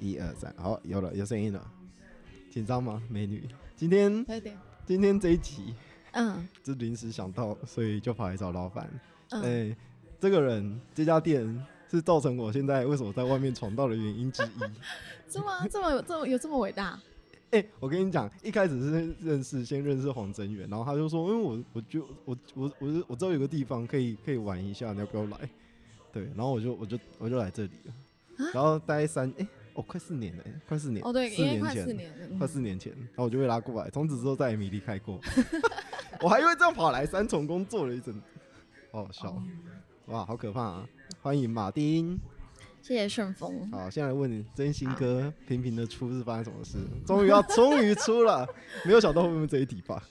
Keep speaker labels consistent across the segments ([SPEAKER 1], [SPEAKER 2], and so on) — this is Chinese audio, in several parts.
[SPEAKER 1] 一二三，好，有了，有声音了。紧张吗，美女？今天
[SPEAKER 2] 有点，
[SPEAKER 1] 今天这一集
[SPEAKER 2] 嗯
[SPEAKER 1] 就临时想到，所以就跑来找老板。哎、
[SPEAKER 2] 嗯，
[SPEAKER 1] 这个人，这家店是造成我现在为什么在外面闯荡的原因之 一。
[SPEAKER 2] 这么这么有这么有这么伟大，
[SPEAKER 1] 哎、我跟你讲，一开始是认识，先认识黄真源，然后他就说，因为嗯我我就我我我是我知道有个地方可以可以玩一下，你要不要来？对，然后我就我就我就来这里了，然后待三哎、哦快四年了、哎快四年
[SPEAKER 2] 啊哦对，
[SPEAKER 1] 四
[SPEAKER 2] 因为
[SPEAKER 1] 年
[SPEAKER 2] 快
[SPEAKER 1] 前
[SPEAKER 2] 四年了，嗯
[SPEAKER 1] 快四年前，然后我就被拉过来，从此之后再也没离开过。 我还因为这样跑来三重工作了一阵，好好
[SPEAKER 2] 哦
[SPEAKER 1] 笑，哇，好可怕啊！欢迎马丁，
[SPEAKER 2] 谢谢顺风，
[SPEAKER 1] 好，现在问你，真心哥频频的出是发生什么事？终于要，终于出了，没有想到会问这一题吧？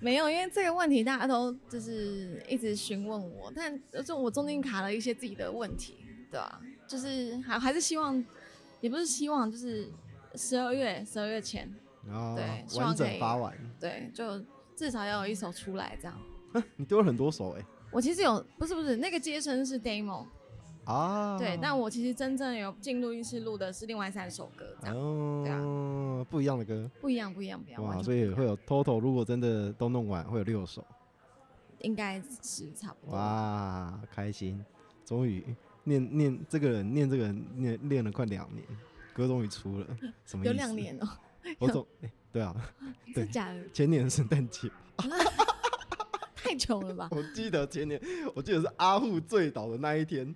[SPEAKER 2] 没有，因为这个问题大家都就是一直询问我，但呃就我中间卡了一些自己的问题，对吧、就是还还是希望，也不是希望，就是十二月十二月前，
[SPEAKER 1] 然后
[SPEAKER 2] 对希
[SPEAKER 1] 啊
[SPEAKER 2] 望
[SPEAKER 1] 完
[SPEAKER 2] 可
[SPEAKER 1] 整
[SPEAKER 2] 以
[SPEAKER 1] 发完，
[SPEAKER 2] 对，就至少要有一首出来这样。
[SPEAKER 1] 你丢了很多首哎、
[SPEAKER 2] 我其实有不是不是那个接生是 demo，、
[SPEAKER 1] 啊，
[SPEAKER 2] 对，但我其实真正有进录音室录的是另外三首歌，这样、对
[SPEAKER 1] 哦，不一样的歌
[SPEAKER 2] 不一样不一样不一样，完
[SPEAKER 1] 啊哇，
[SPEAKER 2] 全
[SPEAKER 1] 所以会有 total，如果真的都弄完，会有六首。
[SPEAKER 2] 应该是差不多。
[SPEAKER 1] 哇，开心！终于念念这个人，念这个人念练了快两年，歌终于出了，什么意思？
[SPEAKER 2] 有两，年哦、
[SPEAKER 1] 我总、哎对啊，对
[SPEAKER 2] 真假的
[SPEAKER 1] 前年圣诞节，
[SPEAKER 2] 太久了吧
[SPEAKER 1] ？我记得前年，我记得是阿户醉倒的那一天、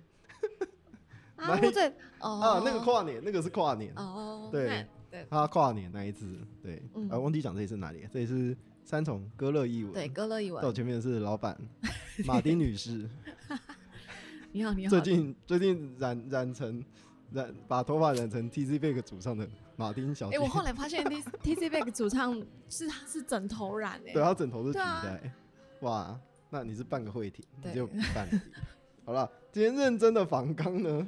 [SPEAKER 2] 啊，我这哦、
[SPEAKER 1] 啊，那个跨年，那个是跨年，
[SPEAKER 2] 哦，
[SPEAKER 1] 对
[SPEAKER 2] 那对
[SPEAKER 1] 他跨年那一次，对，
[SPEAKER 2] 嗯
[SPEAKER 1] 啊，忘记讲这里是哪里，这里是三重歌乐艺文，
[SPEAKER 2] 对，歌乐一
[SPEAKER 1] 在我
[SPEAKER 2] 文，
[SPEAKER 1] 前面的是老 板马丁女士，
[SPEAKER 2] 你好你好，
[SPEAKER 1] 最近最近染染成染把头发染成 T Z Big 主唱的马丁小
[SPEAKER 2] 哎、
[SPEAKER 1] 姐，
[SPEAKER 2] 我后来 发现 T T C Back 主唱是是枕头染哎、
[SPEAKER 1] 对，他枕头是皮
[SPEAKER 2] 对啊
[SPEAKER 1] 带、哇，那你是半个会体，你
[SPEAKER 2] 对
[SPEAKER 1] 就半体。好了，今天认真的仿纲呢，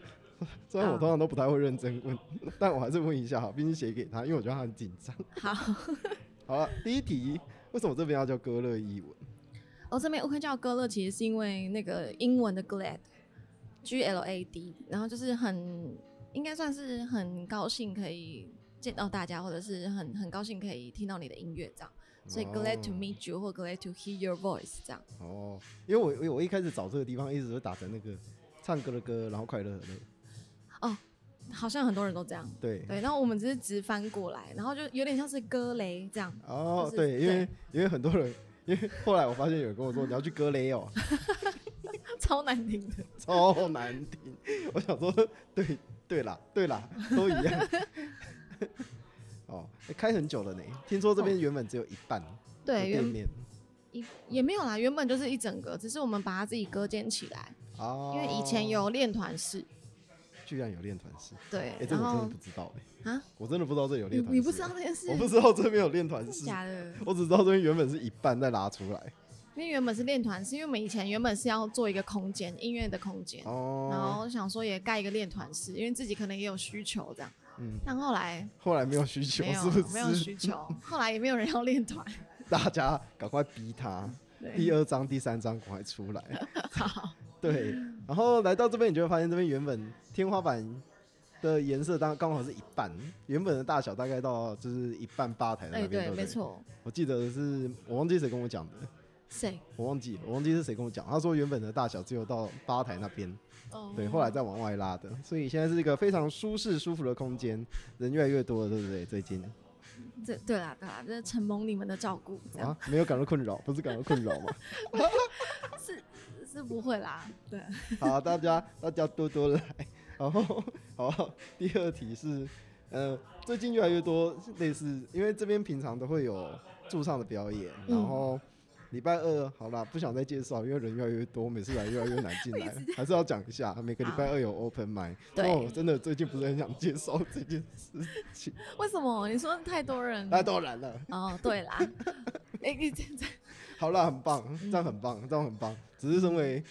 [SPEAKER 1] 虽然我
[SPEAKER 2] 啊
[SPEAKER 1] 通常都不太会认真问， 但我还是问一下哈，毕竟写给他，因为我觉得他很紧张。
[SPEAKER 2] 好，
[SPEAKER 1] 好了，第一题，为什么这边要叫歌乐译文？
[SPEAKER 2] 我、哦这边误会叫歌乐，其实是因为那个英文的 glad，G L A D，然后就是很应该算是很高兴可以见到大家，或者是很很高兴可以听到你的音乐这样，所以 glad to meet you 或 glad to hear your voice 这样。
[SPEAKER 1] 哦，因为我我我一开始找这个地方，一直都打成那个唱歌的歌，然后快乐的乐，
[SPEAKER 2] 好像很多人都这样。
[SPEAKER 1] 对。
[SPEAKER 2] 对，然后我们只是直翻过来，然后就有点像是歌雷这样。
[SPEAKER 1] 哦
[SPEAKER 2] 就，是
[SPEAKER 1] 对，因为因为很多人，因为后来我发现有人跟我说你要去格雷哦，
[SPEAKER 2] 超难听的。
[SPEAKER 1] 超难听。我想说，对对啦，对啦，都一 样。哦、欸开很久了呢，听说这边原本只有一半的
[SPEAKER 2] 对，
[SPEAKER 1] 店
[SPEAKER 2] 原
[SPEAKER 1] 面
[SPEAKER 2] 也也没有啦，原本就是一整个，只是我们把它自己割间起来，
[SPEAKER 1] 哦，
[SPEAKER 2] 因为以前，有练团式，
[SPEAKER 1] 居然有练团式，
[SPEAKER 2] 对
[SPEAKER 1] 哎、，这
[SPEAKER 2] 然
[SPEAKER 1] 个我真的
[SPEAKER 2] 后
[SPEAKER 1] 不知道哎、
[SPEAKER 2] 啊，
[SPEAKER 1] 我真的不知道这有
[SPEAKER 2] 你
[SPEAKER 1] 练团式，
[SPEAKER 2] 你不知道，这件事
[SPEAKER 1] 我，不知道这边有练团
[SPEAKER 2] 真
[SPEAKER 1] 式，
[SPEAKER 2] 假的？
[SPEAKER 1] 我只知道这边原本是一半再拉出来。
[SPEAKER 2] 因为原本是练团式，因为我们以前原本是要做一个空间，音乐的空间，然
[SPEAKER 1] 哦，
[SPEAKER 2] 后想说也盖一个练团式，因为自己可能也有需求这样，
[SPEAKER 1] 嗯，
[SPEAKER 2] 但后来
[SPEAKER 1] 后来没有需求，
[SPEAKER 2] 没有
[SPEAKER 1] 是不是？
[SPEAKER 2] 没有需求，后来也没有人要练团，
[SPEAKER 1] 大家赶快逼他，
[SPEAKER 2] 对
[SPEAKER 1] 第二章、第三章赶快出来。
[SPEAKER 2] 好，
[SPEAKER 1] 对，然后来到这边，你就会发现这边原本天花板的颜色当刚好是一半，原本的大小大概到就是一半吧台的
[SPEAKER 2] 哎
[SPEAKER 1] 那边。
[SPEAKER 2] 对，
[SPEAKER 1] 不
[SPEAKER 2] 没。错，
[SPEAKER 1] 我记得是我忘记谁跟我讲的，
[SPEAKER 2] 谁？
[SPEAKER 1] 我忘记了，我忘记是谁跟我讲，他说原本的大小只有到吧台那边，
[SPEAKER 2] 哦
[SPEAKER 1] 对，后来再往外拉的，所以现在是一个非常舒适舒服的空间，人越来越多了，对不对？最近
[SPEAKER 2] 这对啦对啦，这承蒙你们的照顾，这样、
[SPEAKER 1] 啊，没有感到困扰，不是感到困扰吗？
[SPEAKER 2] 是不会啦。对，
[SPEAKER 1] 好，大家大家多多来。然后，好，第二题是，呃，最近越来越多类似，因为这边平常都会有驻唱的表演，然
[SPEAKER 2] 嗯
[SPEAKER 1] 后礼拜二，好啦，不想再介绍，因为人越来越多，每次来越来越 难进来，还是要讲一下，每个礼拜二有 open m i
[SPEAKER 2] 对
[SPEAKER 1] 我真的最近不是很想介绍这件事情，
[SPEAKER 2] 为什么你说太多人？
[SPEAKER 1] 那当然了，
[SPEAKER 2] 哦，对啦， 哎、你 这这
[SPEAKER 1] 好啦，很棒，这样很棒，这样很棒，只是身为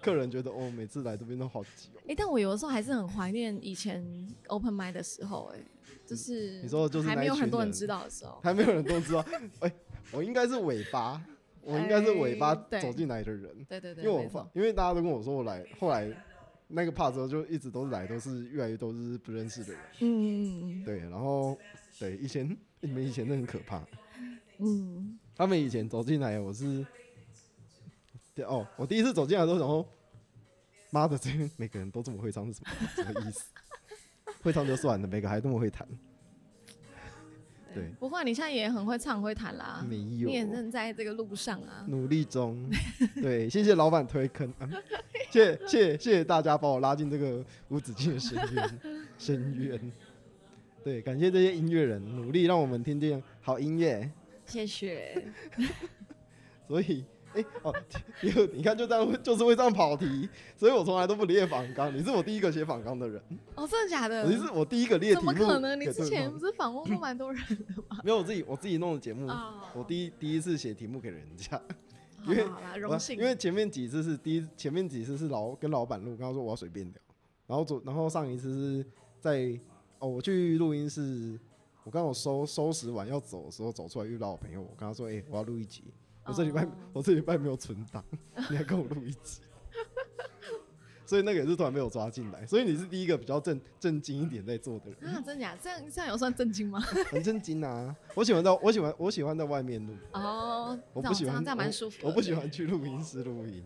[SPEAKER 1] 客人觉得，哦，每次来这边都好挤哦。
[SPEAKER 2] 哎、但我有的时候还是很怀念以前 open m i 的时候、哎，就是
[SPEAKER 1] 你说就是
[SPEAKER 2] 还
[SPEAKER 1] 那
[SPEAKER 2] 没
[SPEAKER 1] 一
[SPEAKER 2] 有很
[SPEAKER 1] 群
[SPEAKER 2] 多人
[SPEAKER 1] 人
[SPEAKER 2] 知道的时候，
[SPEAKER 1] 还没有人都知道。哎、我应该是尾巴，我应该是尾巴
[SPEAKER 2] 哎对
[SPEAKER 1] 走进来的人，
[SPEAKER 2] 对对对，
[SPEAKER 1] 因为我
[SPEAKER 2] 没
[SPEAKER 1] 发
[SPEAKER 2] 错，
[SPEAKER 1] 因为大家都跟我说我来，后来那个 part 之后就一直都是来都是越来越都是不认识的人，
[SPEAKER 2] 嗯嗯
[SPEAKER 1] 对，然后对以前你们以前真的很可怕，
[SPEAKER 2] 嗯
[SPEAKER 1] 他们以前走进来我是，对哦，我第一次走进来的时候，妈的，这边每个人都这么会唱是什么什么意思？会唱就算了，每个还这么会弹，
[SPEAKER 2] 嗯，
[SPEAKER 1] 对，
[SPEAKER 2] 不会，你现在也很会唱会弹啦，
[SPEAKER 1] 没有
[SPEAKER 2] 你也正在这个路上啊，
[SPEAKER 1] 努力中，对，谢谢老板推坑， 啊、谢谢谢谢大家把我拉进这个无止境的深渊深渊。对，感谢这些音乐人努力让我们听见好音乐，
[SPEAKER 2] 谢谢。
[SPEAKER 1] 所以。哎、哦，你你看就这样， 就是会这样跑题，所以我从来都不列仿纲。你是我第一个写仿纲的人，
[SPEAKER 2] 哦，真的假的？
[SPEAKER 1] 你是我第一个列题
[SPEAKER 2] 怎
[SPEAKER 1] 目
[SPEAKER 2] 么
[SPEAKER 1] 给对方。
[SPEAKER 2] 可能？你之前不是访问过蛮多人
[SPEAKER 1] 没有我自己我自己弄的节目，
[SPEAKER 2] 啊？
[SPEAKER 1] 嗯我第一第一次写题目给人家，
[SPEAKER 2] 好
[SPEAKER 1] 因为
[SPEAKER 2] 啦好啦，荣幸，
[SPEAKER 1] 啊因为前面几次是第一，前面几次是老跟老板录，跟他说我要随便聊，然后昨然后上一次是在哦，我去录音室，我刚好收收拾完要走的时候走出来遇到我朋友，我跟他说，哎、我要录一集，我这礼拜、
[SPEAKER 2] 哦
[SPEAKER 1] 我这礼拜没有存 档，你还跟我录一集。 所以那个也是突然被我抓进来，所以你是第一个比较正正经一点在做的人，
[SPEAKER 2] 啊，真假？这样这样有算震惊吗？
[SPEAKER 1] 很正经啊！我喜欢在我喜欢我喜欢在外面录，
[SPEAKER 2] 哦，
[SPEAKER 1] 我
[SPEAKER 2] 这
[SPEAKER 1] 不
[SPEAKER 2] 样
[SPEAKER 1] 喜
[SPEAKER 2] 这
[SPEAKER 1] 欢
[SPEAKER 2] 样，这样蛮舒服 的。
[SPEAKER 1] 我不喜欢去录音室录音，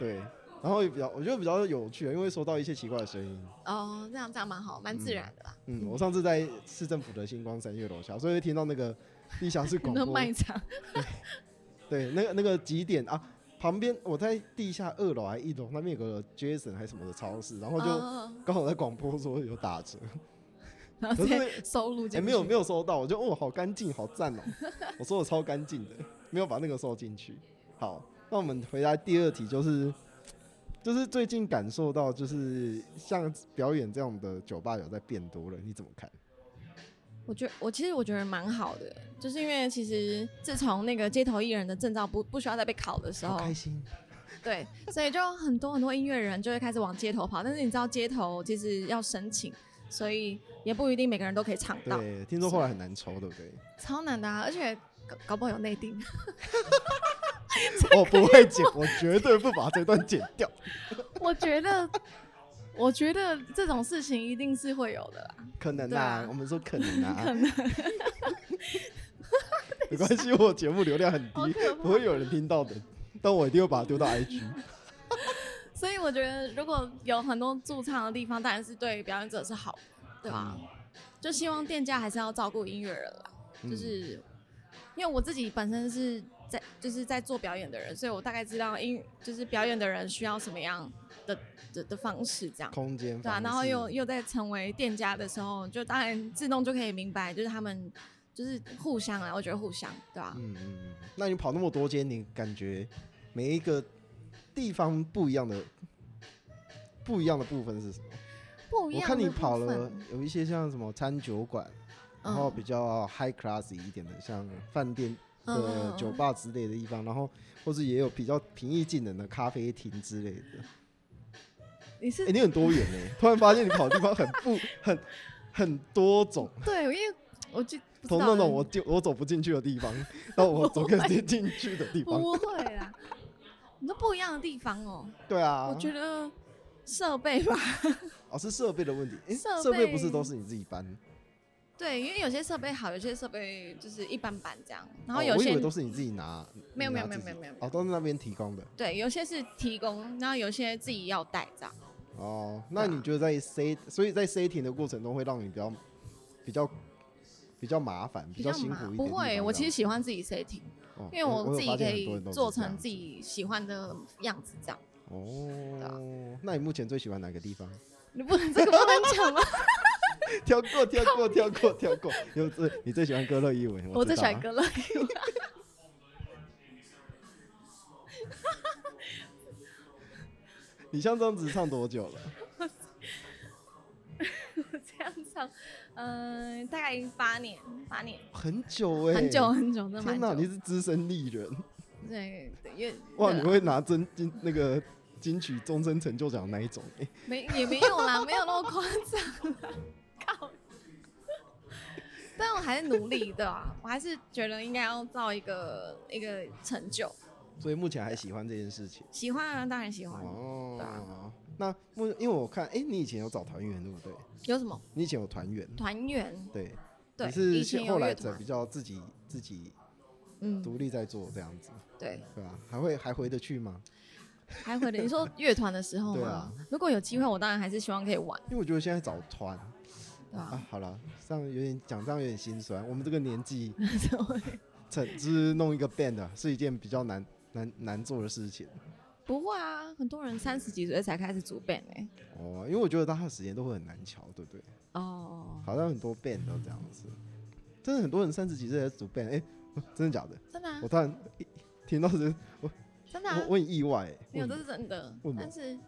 [SPEAKER 1] 对，然后也比较，我觉得比较有趣，啊因为收到一些奇怪的声音。
[SPEAKER 2] 哦，这样这样蛮好，蛮自然的啦。
[SPEAKER 1] 嗯，我上次在市政府的星光三月楼下，所以会听到那个地下室广
[SPEAKER 2] 那
[SPEAKER 1] 播，
[SPEAKER 2] 卖场
[SPEAKER 1] 对，那个那个几点啊？旁边我在地下二楼还一楼那边有个 Jason 还什么的超市，然后就
[SPEAKER 2] 哦
[SPEAKER 1] 刚好在广播说有打折，
[SPEAKER 2] 然后
[SPEAKER 1] 可
[SPEAKER 2] 直
[SPEAKER 1] 是
[SPEAKER 2] 接 收录
[SPEAKER 1] 哎、
[SPEAKER 2] 进去。
[SPEAKER 1] 没有没有收到，我就哦好干净好赞哦， 我说我超干净的，没有把那个收进去。好，那我们回答第二题，就是就是最近感受到就是像表演这样的酒吧有在变多了，你怎么看？
[SPEAKER 2] 我觉我其实我觉得蛮好的，就是因为其实自从那个街头艺人的证照不不需要再被考的时候，
[SPEAKER 1] 心，
[SPEAKER 2] 对，所以就很多很多音乐人就会开始往街头跑。但是你知道街头其实要申请，所以也不一定每个人都可以唱到，
[SPEAKER 1] 对，听说后来很难抽，对不 对？
[SPEAKER 2] 超难的、啊，而且搞搞不好有内定。
[SPEAKER 1] 我哦不会剪，我绝对不把这段剪掉。
[SPEAKER 2] 我觉得，我觉得这种事情一定是会有的啦。
[SPEAKER 1] 可能
[SPEAKER 2] 对
[SPEAKER 1] 啊
[SPEAKER 2] 啊，
[SPEAKER 1] 我们说可能 啊，没关系，我节目流量很
[SPEAKER 2] 好
[SPEAKER 1] 低
[SPEAKER 2] 可，怕
[SPEAKER 1] 不会有人听到的，但我一定会把它丢到 IG。
[SPEAKER 2] 所以我觉得，如果有很多驻唱的地方，当然是对表演者是好的，对吧、就希望店家还是要照顾音乐人啦，
[SPEAKER 1] 嗯
[SPEAKER 2] 就是、因为我自己本身是在就是在做表演的人，所以我大概知道音就是表演的人需要什么样的的的方式这样。
[SPEAKER 1] 空间
[SPEAKER 2] 对啊，
[SPEAKER 1] 方
[SPEAKER 2] 然后
[SPEAKER 1] 式
[SPEAKER 2] 又又在成为店家的时候，就当然自动就可以明白，就是他们就是互相啊，我觉得互相，对吧、
[SPEAKER 1] 嗯嗯嗯，那你跑那么多间，你感觉每一个地方不一样的不一样的部分是什么？
[SPEAKER 2] 不一
[SPEAKER 1] 我
[SPEAKER 2] 样。
[SPEAKER 1] 看你跑了，有一些像什么餐酒馆，然后比较 high class 一点的，像饭店
[SPEAKER 2] 嗯
[SPEAKER 1] 的
[SPEAKER 2] 嗯
[SPEAKER 1] 酒吧之类的地方，然后或是也有比较平易近人的咖啡厅之类的。
[SPEAKER 2] 嗯你是
[SPEAKER 1] 哎、你很多元呢、 突然发现你跑的地方很不很很多种，
[SPEAKER 2] 对，因为我就不知
[SPEAKER 1] 从
[SPEAKER 2] 道
[SPEAKER 1] 那种
[SPEAKER 2] 欸
[SPEAKER 1] 我就我走不进去的地方，到我走可以进去的地方。
[SPEAKER 2] 不会啦，你都不一样的地方哦。
[SPEAKER 1] 对啊，
[SPEAKER 2] 我觉得设备吧，
[SPEAKER 1] 哦，是设备的问题。诶
[SPEAKER 2] 设
[SPEAKER 1] 设备不是
[SPEAKER 2] 备
[SPEAKER 1] 都是你自己搬？
[SPEAKER 2] 对，因为有些设备好，有些设备就是一般般这样。然后
[SPEAKER 1] 哦
[SPEAKER 2] 有
[SPEAKER 1] 我以
[SPEAKER 2] 些、
[SPEAKER 1] 为都是你自己拿，
[SPEAKER 2] 没有
[SPEAKER 1] 你
[SPEAKER 2] 没有
[SPEAKER 1] 拿
[SPEAKER 2] 没有
[SPEAKER 1] 自己
[SPEAKER 2] 没有没有没有
[SPEAKER 1] 哦，都是那边提供的
[SPEAKER 2] 对，有些是提供，然后有些自己要带这样。
[SPEAKER 1] 哦。那
[SPEAKER 2] 对啊
[SPEAKER 1] 你觉得在 C，所以在 C 停的过程中会让你比较比较比较麻烦，
[SPEAKER 2] 比
[SPEAKER 1] 较
[SPEAKER 2] 较
[SPEAKER 1] 辛
[SPEAKER 2] 麻
[SPEAKER 1] 苦一点
[SPEAKER 2] 不
[SPEAKER 1] 的地方这
[SPEAKER 2] 会，
[SPEAKER 1] 样
[SPEAKER 2] 我其实喜欢自己 setting，
[SPEAKER 1] 哦
[SPEAKER 2] 因为
[SPEAKER 1] 我有
[SPEAKER 2] 自己
[SPEAKER 1] 发现
[SPEAKER 2] 可
[SPEAKER 1] 很多
[SPEAKER 2] 以
[SPEAKER 1] 人都是
[SPEAKER 2] 做
[SPEAKER 1] 这样
[SPEAKER 2] 成
[SPEAKER 1] 子
[SPEAKER 2] 自己喜欢的 样子这样。对啊
[SPEAKER 1] 哦。那你目前最喜欢哪个地 方？
[SPEAKER 2] 你不能这个不能讲
[SPEAKER 1] 啊
[SPEAKER 2] 吗？
[SPEAKER 1] 跳过，跳过，跳过，跳过。有最你最喜欢歌乐一文？
[SPEAKER 2] 我
[SPEAKER 1] 知
[SPEAKER 2] 最喜
[SPEAKER 1] 道
[SPEAKER 2] 欢
[SPEAKER 1] 啊
[SPEAKER 2] 歌乐。
[SPEAKER 1] 你像这样子唱多久了？
[SPEAKER 2] 这样唱，嗯、大概八年，八年，
[SPEAKER 1] 很久哎，
[SPEAKER 2] 很久。很久，真的
[SPEAKER 1] 天
[SPEAKER 2] 蛮
[SPEAKER 1] 哪，你
[SPEAKER 2] 久。
[SPEAKER 1] 是资深艺人。
[SPEAKER 2] 对，对因为
[SPEAKER 1] 哇，
[SPEAKER 2] 对啊
[SPEAKER 1] 你
[SPEAKER 2] 啦
[SPEAKER 1] 会拿真金那个金曲终身成就奖那一种、欸？
[SPEAKER 2] 没也没有啦，没有那么夸张啦，靠！但我还是努力的、啊，我还是觉得应该要造一个一个成就。
[SPEAKER 1] 所以目前还喜欢这件事情。
[SPEAKER 2] 喜欢啊，当然喜欢。对
[SPEAKER 1] 哦，那目因为我看，哎、你以前有找团员对不对？
[SPEAKER 2] 有什么
[SPEAKER 1] 你以前有团员，
[SPEAKER 2] 团员？
[SPEAKER 1] 对，
[SPEAKER 2] 对，
[SPEAKER 1] 你
[SPEAKER 2] 以
[SPEAKER 1] 是
[SPEAKER 2] 前
[SPEAKER 1] 现
[SPEAKER 2] 有
[SPEAKER 1] 后
[SPEAKER 2] 乐
[SPEAKER 1] 来才
[SPEAKER 2] 团
[SPEAKER 1] 比，较自己自己
[SPEAKER 2] 嗯，
[SPEAKER 1] 独立在做这样子，
[SPEAKER 2] 对，
[SPEAKER 1] 对吧、还会还回得去吗？
[SPEAKER 2] 还回来。你说乐团的时候
[SPEAKER 1] 对
[SPEAKER 2] 吗
[SPEAKER 1] 啊？
[SPEAKER 2] 如果有机会，我当然还是希望可以玩，
[SPEAKER 1] 因为我觉得现在找团
[SPEAKER 2] 对吧、
[SPEAKER 1] 啊，好了，这样有点讲这样有点心酸。我们这个年纪，
[SPEAKER 2] 怎么
[SPEAKER 1] 成就是弄一个 band 啊是一件比较难难难做的事情
[SPEAKER 2] 不会啊，很多人三十几岁才开始组 band 哎、
[SPEAKER 1] 哦，因为我觉得大家的时间都会很难瞧，对不对？
[SPEAKER 2] 哦，
[SPEAKER 1] 好像很多 band 都这样子，真的很多人三十几岁才组 band，哎、真的假的？
[SPEAKER 2] 真的、啊
[SPEAKER 1] 我，突然一听到这个，
[SPEAKER 2] 真的、啊
[SPEAKER 1] 我，我很意外、欸，
[SPEAKER 2] 没有，这
[SPEAKER 1] 哎
[SPEAKER 2] 是真的
[SPEAKER 1] 为什。么
[SPEAKER 2] 但是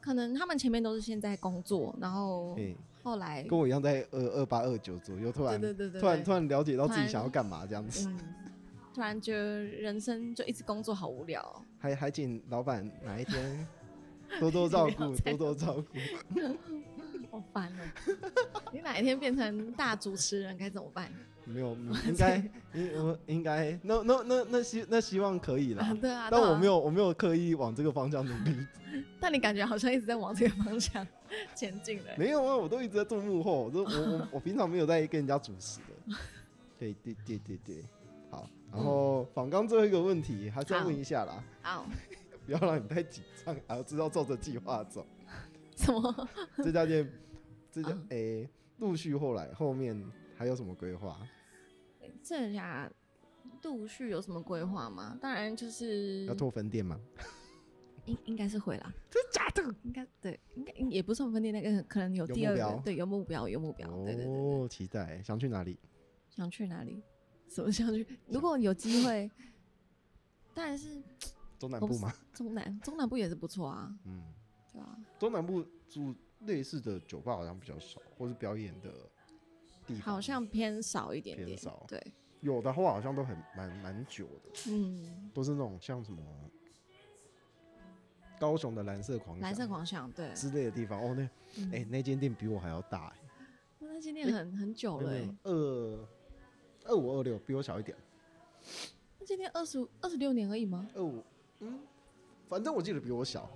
[SPEAKER 2] 可能他们前面都是现在工作，然后、
[SPEAKER 1] 欸
[SPEAKER 2] 后来，
[SPEAKER 1] 跟我一样在二二八二九左右，突
[SPEAKER 2] 对
[SPEAKER 1] 然
[SPEAKER 2] 对对对，
[SPEAKER 1] 突然
[SPEAKER 2] 对
[SPEAKER 1] 突然了解到自
[SPEAKER 2] 突
[SPEAKER 1] 己
[SPEAKER 2] 然
[SPEAKER 1] 想要干嘛这样子，
[SPEAKER 2] 嗯，突然觉得人生就一直工作好无聊哦、
[SPEAKER 1] 还还请老板哪一天多多照
[SPEAKER 2] 不要
[SPEAKER 1] 顾，
[SPEAKER 2] 再
[SPEAKER 1] 多多照顾。
[SPEAKER 2] 好烦哦、 你哪一天变成大主持人该怎么办？
[SPEAKER 1] 没有，应该应我应该那那那那希那希望可以
[SPEAKER 2] 啊
[SPEAKER 1] 啦，
[SPEAKER 2] 对 啊，
[SPEAKER 1] 但我没
[SPEAKER 2] 有，
[SPEAKER 1] 有我没有刻意往这个方向努力，
[SPEAKER 2] 但你感觉好像一直在往这个方向前进的、
[SPEAKER 1] 没有啊，我都一直在做幕后，我都我我我平常没有在跟人家主持的。对对对对对，好，然后仿刚最后一个问题还是要
[SPEAKER 2] 好
[SPEAKER 1] 问一下啦，
[SPEAKER 2] 好，
[SPEAKER 1] 不要让你太紧张，还要知道照着计划走。
[SPEAKER 2] 什么？
[SPEAKER 1] 这家店，这家
[SPEAKER 2] 嗯
[SPEAKER 1] 诶，陆、续后来后面还有什么规划？
[SPEAKER 2] 这下陆续有什么规划吗？当然就是
[SPEAKER 1] 要做分店吗？
[SPEAKER 2] 应应该是会啦，
[SPEAKER 1] 真的假的？
[SPEAKER 2] 应该对，应该也不算分店那个，可能有
[SPEAKER 1] 有
[SPEAKER 2] 第
[SPEAKER 1] 目
[SPEAKER 2] 二
[SPEAKER 1] 标
[SPEAKER 2] 个，对，有目标，有目标，对对对，
[SPEAKER 1] 哦，期待，想去哪里？
[SPEAKER 2] 想去哪里？什么想去？如果有机会，当然是
[SPEAKER 1] 中南
[SPEAKER 2] 我不
[SPEAKER 1] 部吗？
[SPEAKER 2] 中南，中南部也是不错啊，
[SPEAKER 1] 嗯，
[SPEAKER 2] 对啊，
[SPEAKER 1] 中南部住类似的酒吧好像比较少，或是表演的地方
[SPEAKER 2] 好像偏少一点
[SPEAKER 1] 偏
[SPEAKER 2] 点
[SPEAKER 1] 少，
[SPEAKER 2] 对，
[SPEAKER 1] 有的话好像都很蛮蛮久的，
[SPEAKER 2] 嗯，
[SPEAKER 1] 都是那种像什么高雄的蓝色狂
[SPEAKER 2] 蓝色
[SPEAKER 1] 想
[SPEAKER 2] 狂想，对，
[SPEAKER 1] 之类的地方。哦，那
[SPEAKER 2] 嗯
[SPEAKER 1] 哎、那间店比我还要大、欸，
[SPEAKER 2] 哇那间店很很久
[SPEAKER 1] 没有
[SPEAKER 2] 了
[SPEAKER 1] 没有
[SPEAKER 2] 欸，
[SPEAKER 1] 二二五二六比我小一点。
[SPEAKER 2] 那间店二十五二十六年而已吗？
[SPEAKER 1] 二五，嗯，反正我记得比我小，
[SPEAKER 2] 啊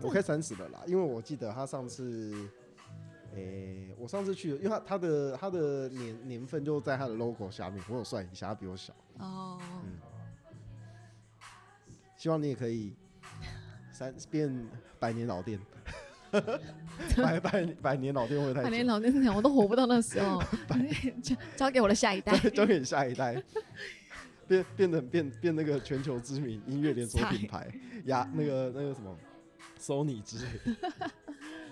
[SPEAKER 1] 我
[SPEAKER 2] 真
[SPEAKER 1] 快三十了啦，因为我记得他上次，诶、我上次去，因为他他的他的年年份就在他的 logo 下面，我有算一下，他比我小，
[SPEAKER 2] 哦，
[SPEAKER 1] 嗯希望你也可以三变百年 老店，百百百年老店会不会
[SPEAKER 2] 百
[SPEAKER 1] 太
[SPEAKER 2] 年
[SPEAKER 1] 久，
[SPEAKER 2] 老店长，我都活不到那时 候， 交交给我的下一代，
[SPEAKER 1] 交 交给下一代。变变成变变那个全球知名音乐连锁品 牌，呀，那个那个什么，Sony 之类的，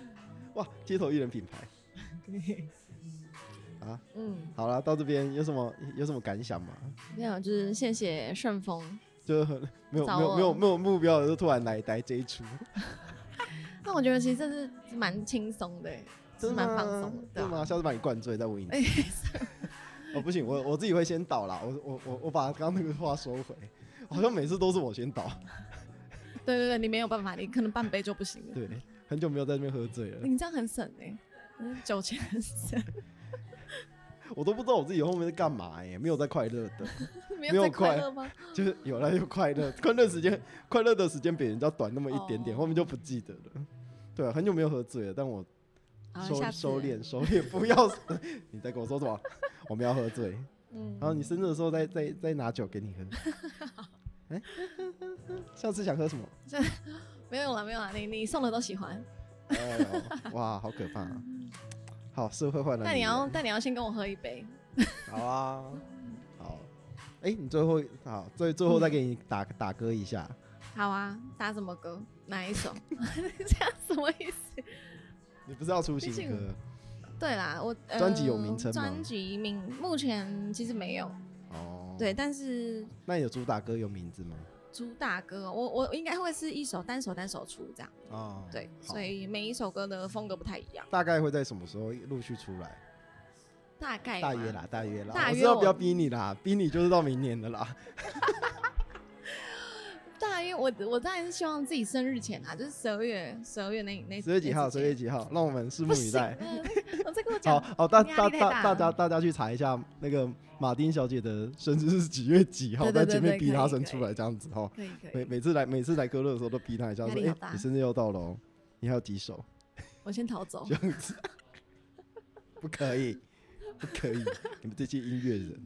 [SPEAKER 1] 哇，街头艺人品牌，啊，
[SPEAKER 2] 嗯。
[SPEAKER 1] 好了，到这边有什么有什么感想吗？
[SPEAKER 2] 没有，就是谢谢顺丰。
[SPEAKER 1] 就是很没有
[SPEAKER 2] 找
[SPEAKER 1] 没有
[SPEAKER 2] 我
[SPEAKER 1] 没有没有目标的，就突然来来这一出，
[SPEAKER 2] 那我觉得其实这是蛮轻松的欸，是蛮放松的，
[SPEAKER 1] 对
[SPEAKER 2] 对啊
[SPEAKER 1] 吗？下次把你灌醉再问你。
[SPEAKER 2] 哎
[SPEAKER 1] 哦，不行，我我自己会先倒啦。我我我我把刚刚那个话收回，好像每次都是我先倒。
[SPEAKER 2] 对对对，你没有办法，你可能半杯就不行了。
[SPEAKER 1] 对，很久没有在这边喝醉了，
[SPEAKER 2] 你这样很省哎、欸，酒钱很省，
[SPEAKER 1] 我都不知道我自己后面在干嘛欸耶、没有在快乐的，
[SPEAKER 2] 没
[SPEAKER 1] 没有
[SPEAKER 2] 有在快
[SPEAKER 1] 快
[SPEAKER 2] 乐吗？
[SPEAKER 1] 就是有了就快乐，快乐时间快乐的时间比人家短那么一点点，
[SPEAKER 2] 哦
[SPEAKER 1] 后面就不记得了。对，啊很久没有喝醉了，但我
[SPEAKER 2] 好，
[SPEAKER 1] 收
[SPEAKER 2] 下次
[SPEAKER 1] 收 敛，收敛，不要！ 你在跟我说什么？我们要喝醉，
[SPEAKER 2] 嗯
[SPEAKER 1] 然，后你生日的时候再再再拿酒给你 喝。哎，下次想喝什么？
[SPEAKER 2] 没有啦，没有啦，你你送的都喜欢，
[SPEAKER 1] 哎呦，哇，好可怕、啊！好，社会坏了。
[SPEAKER 2] 但你要但你要先跟我喝一杯，
[SPEAKER 1] 好啊，好。哎、你最后好，最最后再给你打、打歌一下。
[SPEAKER 2] 好啊，打什么歌？哪一首？ 这样什么意思？
[SPEAKER 1] 你不是要出新
[SPEAKER 2] 毕竟
[SPEAKER 1] 歌
[SPEAKER 2] 对啦，我呃
[SPEAKER 1] 专辑有名称吗
[SPEAKER 2] 专辑名目前其实没有，
[SPEAKER 1] 哦？
[SPEAKER 2] 对，，但是
[SPEAKER 1] 那你的主打歌有名字吗？
[SPEAKER 2] 主打歌，我我应该会是一首单首单首出这样，
[SPEAKER 1] 哦，
[SPEAKER 2] 对，
[SPEAKER 1] 好
[SPEAKER 2] 所以每一首歌的风格不太一样，
[SPEAKER 1] 大概会在什么时候陆续出来？
[SPEAKER 2] 大概
[SPEAKER 1] 大
[SPEAKER 2] 嘛
[SPEAKER 1] 约啦，大约啦，
[SPEAKER 2] 哎大
[SPEAKER 1] 我
[SPEAKER 2] 约哦
[SPEAKER 1] 知道不要
[SPEAKER 2] 我
[SPEAKER 1] 逼你啦，逼你就是到明年的啦。
[SPEAKER 2] 大约我我当然是希望自己生日前啊，就是十二月十二月那那
[SPEAKER 1] 十月几号？
[SPEAKER 2] 那时
[SPEAKER 1] 十
[SPEAKER 2] 间
[SPEAKER 1] 月几号？让我们拭目
[SPEAKER 2] 不
[SPEAKER 1] 以
[SPEAKER 2] 行
[SPEAKER 1] 待
[SPEAKER 2] 啊。，我再跟我
[SPEAKER 1] 好
[SPEAKER 2] 讲，
[SPEAKER 1] 好，哦大
[SPEAKER 2] 压力
[SPEAKER 1] 大
[SPEAKER 2] 太
[SPEAKER 1] 大
[SPEAKER 2] 大
[SPEAKER 1] 大家
[SPEAKER 2] 了
[SPEAKER 1] 大家去查一下那个马丁小姐的生日是几月几号，
[SPEAKER 2] 对
[SPEAKER 1] 在
[SPEAKER 2] 对
[SPEAKER 1] 前
[SPEAKER 2] 对
[SPEAKER 1] 面
[SPEAKER 2] 对
[SPEAKER 1] 逼
[SPEAKER 2] 可
[SPEAKER 1] 她
[SPEAKER 2] 以
[SPEAKER 1] 生
[SPEAKER 2] 可
[SPEAKER 1] 出
[SPEAKER 2] 以
[SPEAKER 1] 来这样子哈。
[SPEAKER 2] 可以可
[SPEAKER 1] 每
[SPEAKER 2] 以，
[SPEAKER 1] 每次来每次来歌乐的时候都逼她一下，
[SPEAKER 2] 压
[SPEAKER 1] 说
[SPEAKER 2] 力好
[SPEAKER 1] 哎，
[SPEAKER 2] 大
[SPEAKER 1] 你生日要到了哦，你还有几首？
[SPEAKER 2] 我先逃走
[SPEAKER 1] 这。样子， 不可以，不可以！你们这些音乐人，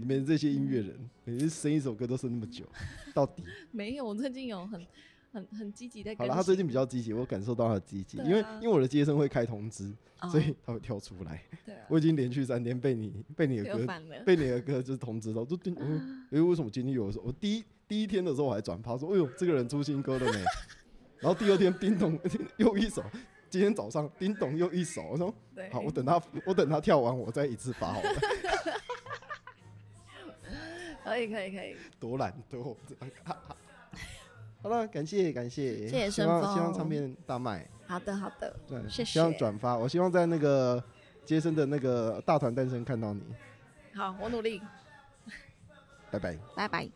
[SPEAKER 1] 你们这些音乐人，每次生一首歌都生那么久，到 底？
[SPEAKER 2] 没有，我最近有很很很积极在
[SPEAKER 1] 好
[SPEAKER 2] 更
[SPEAKER 1] 了，
[SPEAKER 2] 新。
[SPEAKER 1] 他最近比较积极，我感受到他的积极，
[SPEAKER 2] 对
[SPEAKER 1] 因为
[SPEAKER 2] 啊
[SPEAKER 1] 因为我的接生会开通知，
[SPEAKER 2] 哦
[SPEAKER 1] 所以他会跳出来。
[SPEAKER 2] 对啊，
[SPEAKER 1] 我已经连续三天被你被你的
[SPEAKER 2] 又
[SPEAKER 1] 歌
[SPEAKER 2] 烦 了。
[SPEAKER 1] 被你的歌就是通知到，就 叮，嗯，哎，为什么今天有的时候？我第一第一天的时候我还转发说，哎呦，这个人出新歌了没？ 然后第二天叮咚又一首，今天早上叮咚又一首，我说。
[SPEAKER 2] 对，
[SPEAKER 1] 好，我等他，我等他跳完，我再一次发好了。
[SPEAKER 2] 可以可以可以，
[SPEAKER 1] 多懒惰，这样好了，感谢感谢，
[SPEAKER 2] 谢谢
[SPEAKER 1] 希
[SPEAKER 2] 顺
[SPEAKER 1] 望
[SPEAKER 2] 丰
[SPEAKER 1] 希望唱片大卖，
[SPEAKER 2] 好的好的，
[SPEAKER 1] 对，
[SPEAKER 2] 谢
[SPEAKER 1] 希望
[SPEAKER 2] 谢
[SPEAKER 1] 转发，我希望在那个接生的那个大团诞生看到你，
[SPEAKER 2] 好，我努力，
[SPEAKER 1] 拜拜。
[SPEAKER 2] 拜拜。